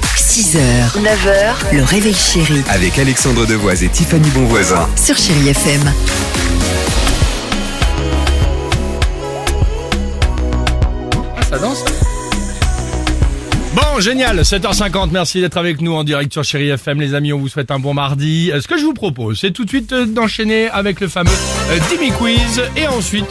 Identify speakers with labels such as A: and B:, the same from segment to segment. A: 6h, 9h, le réveil chéri
B: Avec Alexandre Devoise et Tiffany Bonvoisin.
A: sur Chéri FM.
C: Ah, Ça danse Bon, génial, 7h50, merci d'être avec nous en direct sur Chéri FM, les amis, on vous souhaite un bon mardi. Euh, Ce que je vous propose, c'est tout de suite euh, d'enchaîner avec le fameux euh, Dimi Quiz, et ensuite,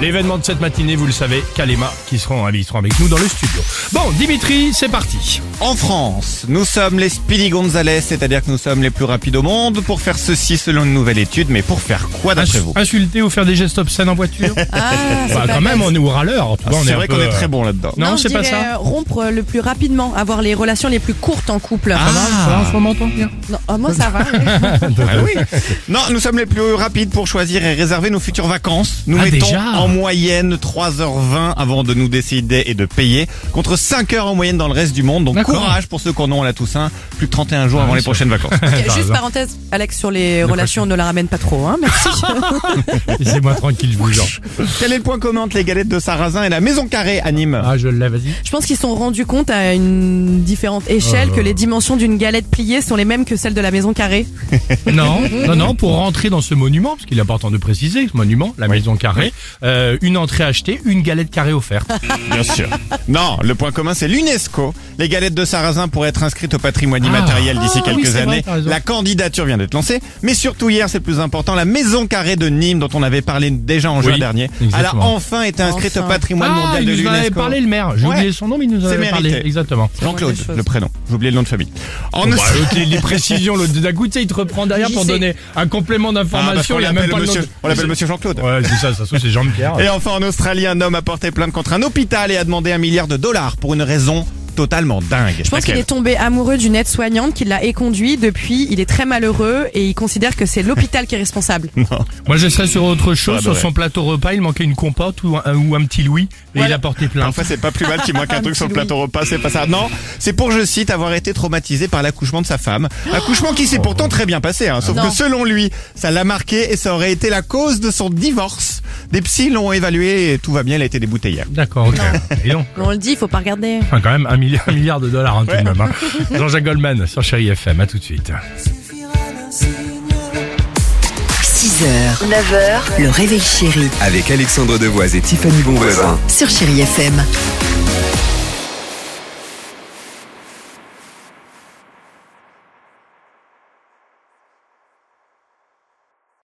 C: l'événement de cette matinée, vous le savez, Kalema, qui seront, euh, ils seront avec nous dans le studio. Bon, Dimitri, c'est parti.
D: En France, nous sommes les Speedy Gonzales, c'est-à-dire que nous sommes les plus rapides au monde pour faire ceci selon une nouvelle étude, mais pour faire quoi d'après
C: Insu-
D: vous
C: Insulter ou faire des gestes obscènes en voiture
E: Ah,
C: Bah, quand même, on est au râleur, en tout cas, on est
D: Ah, C'est
C: un
D: vrai
C: peu,
D: qu'on est
C: euh,
D: très bon là-dedans.
C: Non,
E: Non, je
C: c'est pas
E: dirais,
C: ça.
E: euh, rompre le plus rapidement, avoir les relations les plus courtes en couple. Ah.
C: Ça va, ça va en ce moment, toi
E: Non, ah, moi ça va.
D: Ah oui. Non, nous sommes les plus rapides pour choisir et réserver nos futures vacances. Nous
C: Ah,
D: mettons
C: déjà
D: en moyenne 3h20 avant de nous décider et de payer, contre 5h en moyenne dans le reste du monde. Donc
C: D'accord.
D: courage pour ceux qu'on a la Toussaint, plus de 31 jours
C: Ah,
D: avant
C: oui,
D: les
C: ça-
D: prochaines vacances.
C: T'as
E: Juste
C: raison.
E: parenthèse, Alex, sur les
C: quoi
E: relations, ne la ramène pas trop. Hein, merci.
C: Laissez-moi tranquille, je vous jure.
D: Quel est le point commun entre les galettes de sarrasin et la maison carrée à Nîmes
C: Ah, je l'ai, vas-y.
E: Je pense qu'ils se sont rendus compte à une différente
C: Oh
E: échelle que les dimensions d'une galette pliée sont les mêmes que celles de la maison carrée.
C: Non, non, non, pour rentrer dans ce monument, parce qu'il est important de préciser, ce monument, la maison carrée, euh, une entrée achetée, une galette carrée offerte.
D: Bien sûr. Non, le point commun, c'est l'UNESCO. Les galettes de sarrasin pourraient être inscrites au patrimoine
C: Ah.
D: immatériel d'ici
C: Ah, oui,
D: quelques
C: c'est vrai,
D: années.
C: t'as raison.
D: la candidature vient d'être lancée. Mais surtout hier, c'est le plus important, la maison carrée de Nîmes, dont on avait parlé déjà en juin
C: Oui,
D: dernier, elle a
C: exactement.
D: enfin été inscrite au
E: Enfin.
D: patrimoine
C: Ah,
D: mondial
C: il
D: de
C: nous en avait
D: l'UNESCO.
C: parlé le maire. J'ai
D: Ouais.
C: oublié son nom, mais il nous en
D: C'est
C: avait parlé.
D: mérité.
C: Exactement.
D: Jean-Claude,
E: Ouais, les
D: le
E: choses.
D: prénom. J'ai oublié le nom de famille. En
C: Bah,
D: Australie- ah,
C: les, les précisions, l'autre d'un coup, tu sais, il te reprend derrière pour
E: J'y sais.
C: donner un complément
D: Ah, parce
C: d'information.
D: qu'on
C: il a même
D: l'appelle
C: pas le nom
D: monsieur,
C: de-
D: on l'appelle monsieur Jean-Claude.
C: Ouais, c'est ça, ça se trouve, c'est Jean-Pierre.
D: Et enfin, en Australie, un homme a porté plainte contre un hôpital et a demandé un milliard de dollars pour une raison totalement dingue.
E: Je pense qu'il est tombé amoureux d'une aide-soignante qui l'a éconduit. Depuis, il est très malheureux et il considère que c'est l'hôpital qui est responsable.
C: Moi, je serais sur autre chose.
D: Ouais,
C: sur
D: bah
C: son plateau repas, il manquait une compote ou un, ou un petit Louis. Et il a porté plainte.
D: Parfois, c'est pas plus mal qu'il manque un truc sur le
E: petit
D: plateau repas, c'est pas ça. Non, c'est pour, je cite, avoir été traumatisé par l'accouchement de sa femme. Accouchement qui s'est pourtant très bien passé, hein, sauf
E: Non.
D: que selon lui, ça l'a marqué et ça aurait été la cause de son divorce. Des psys l'ont évalué et tout va bien, elle a été déboutée hier.
C: D'accord, ok. Et donc,
E: On le dit, il faut pas regarder.
C: enfin, quand même, un milliard, un milliard de dollars, hein, tout de même. hein. Jean-Jacques Goldman sur Chéri FM. À tout de suite.
A: 6h, 9h, le réveil chéri
B: Avec Alexandre Devoise et Tiffany Bonvoisin.
A: sur Chéri FM.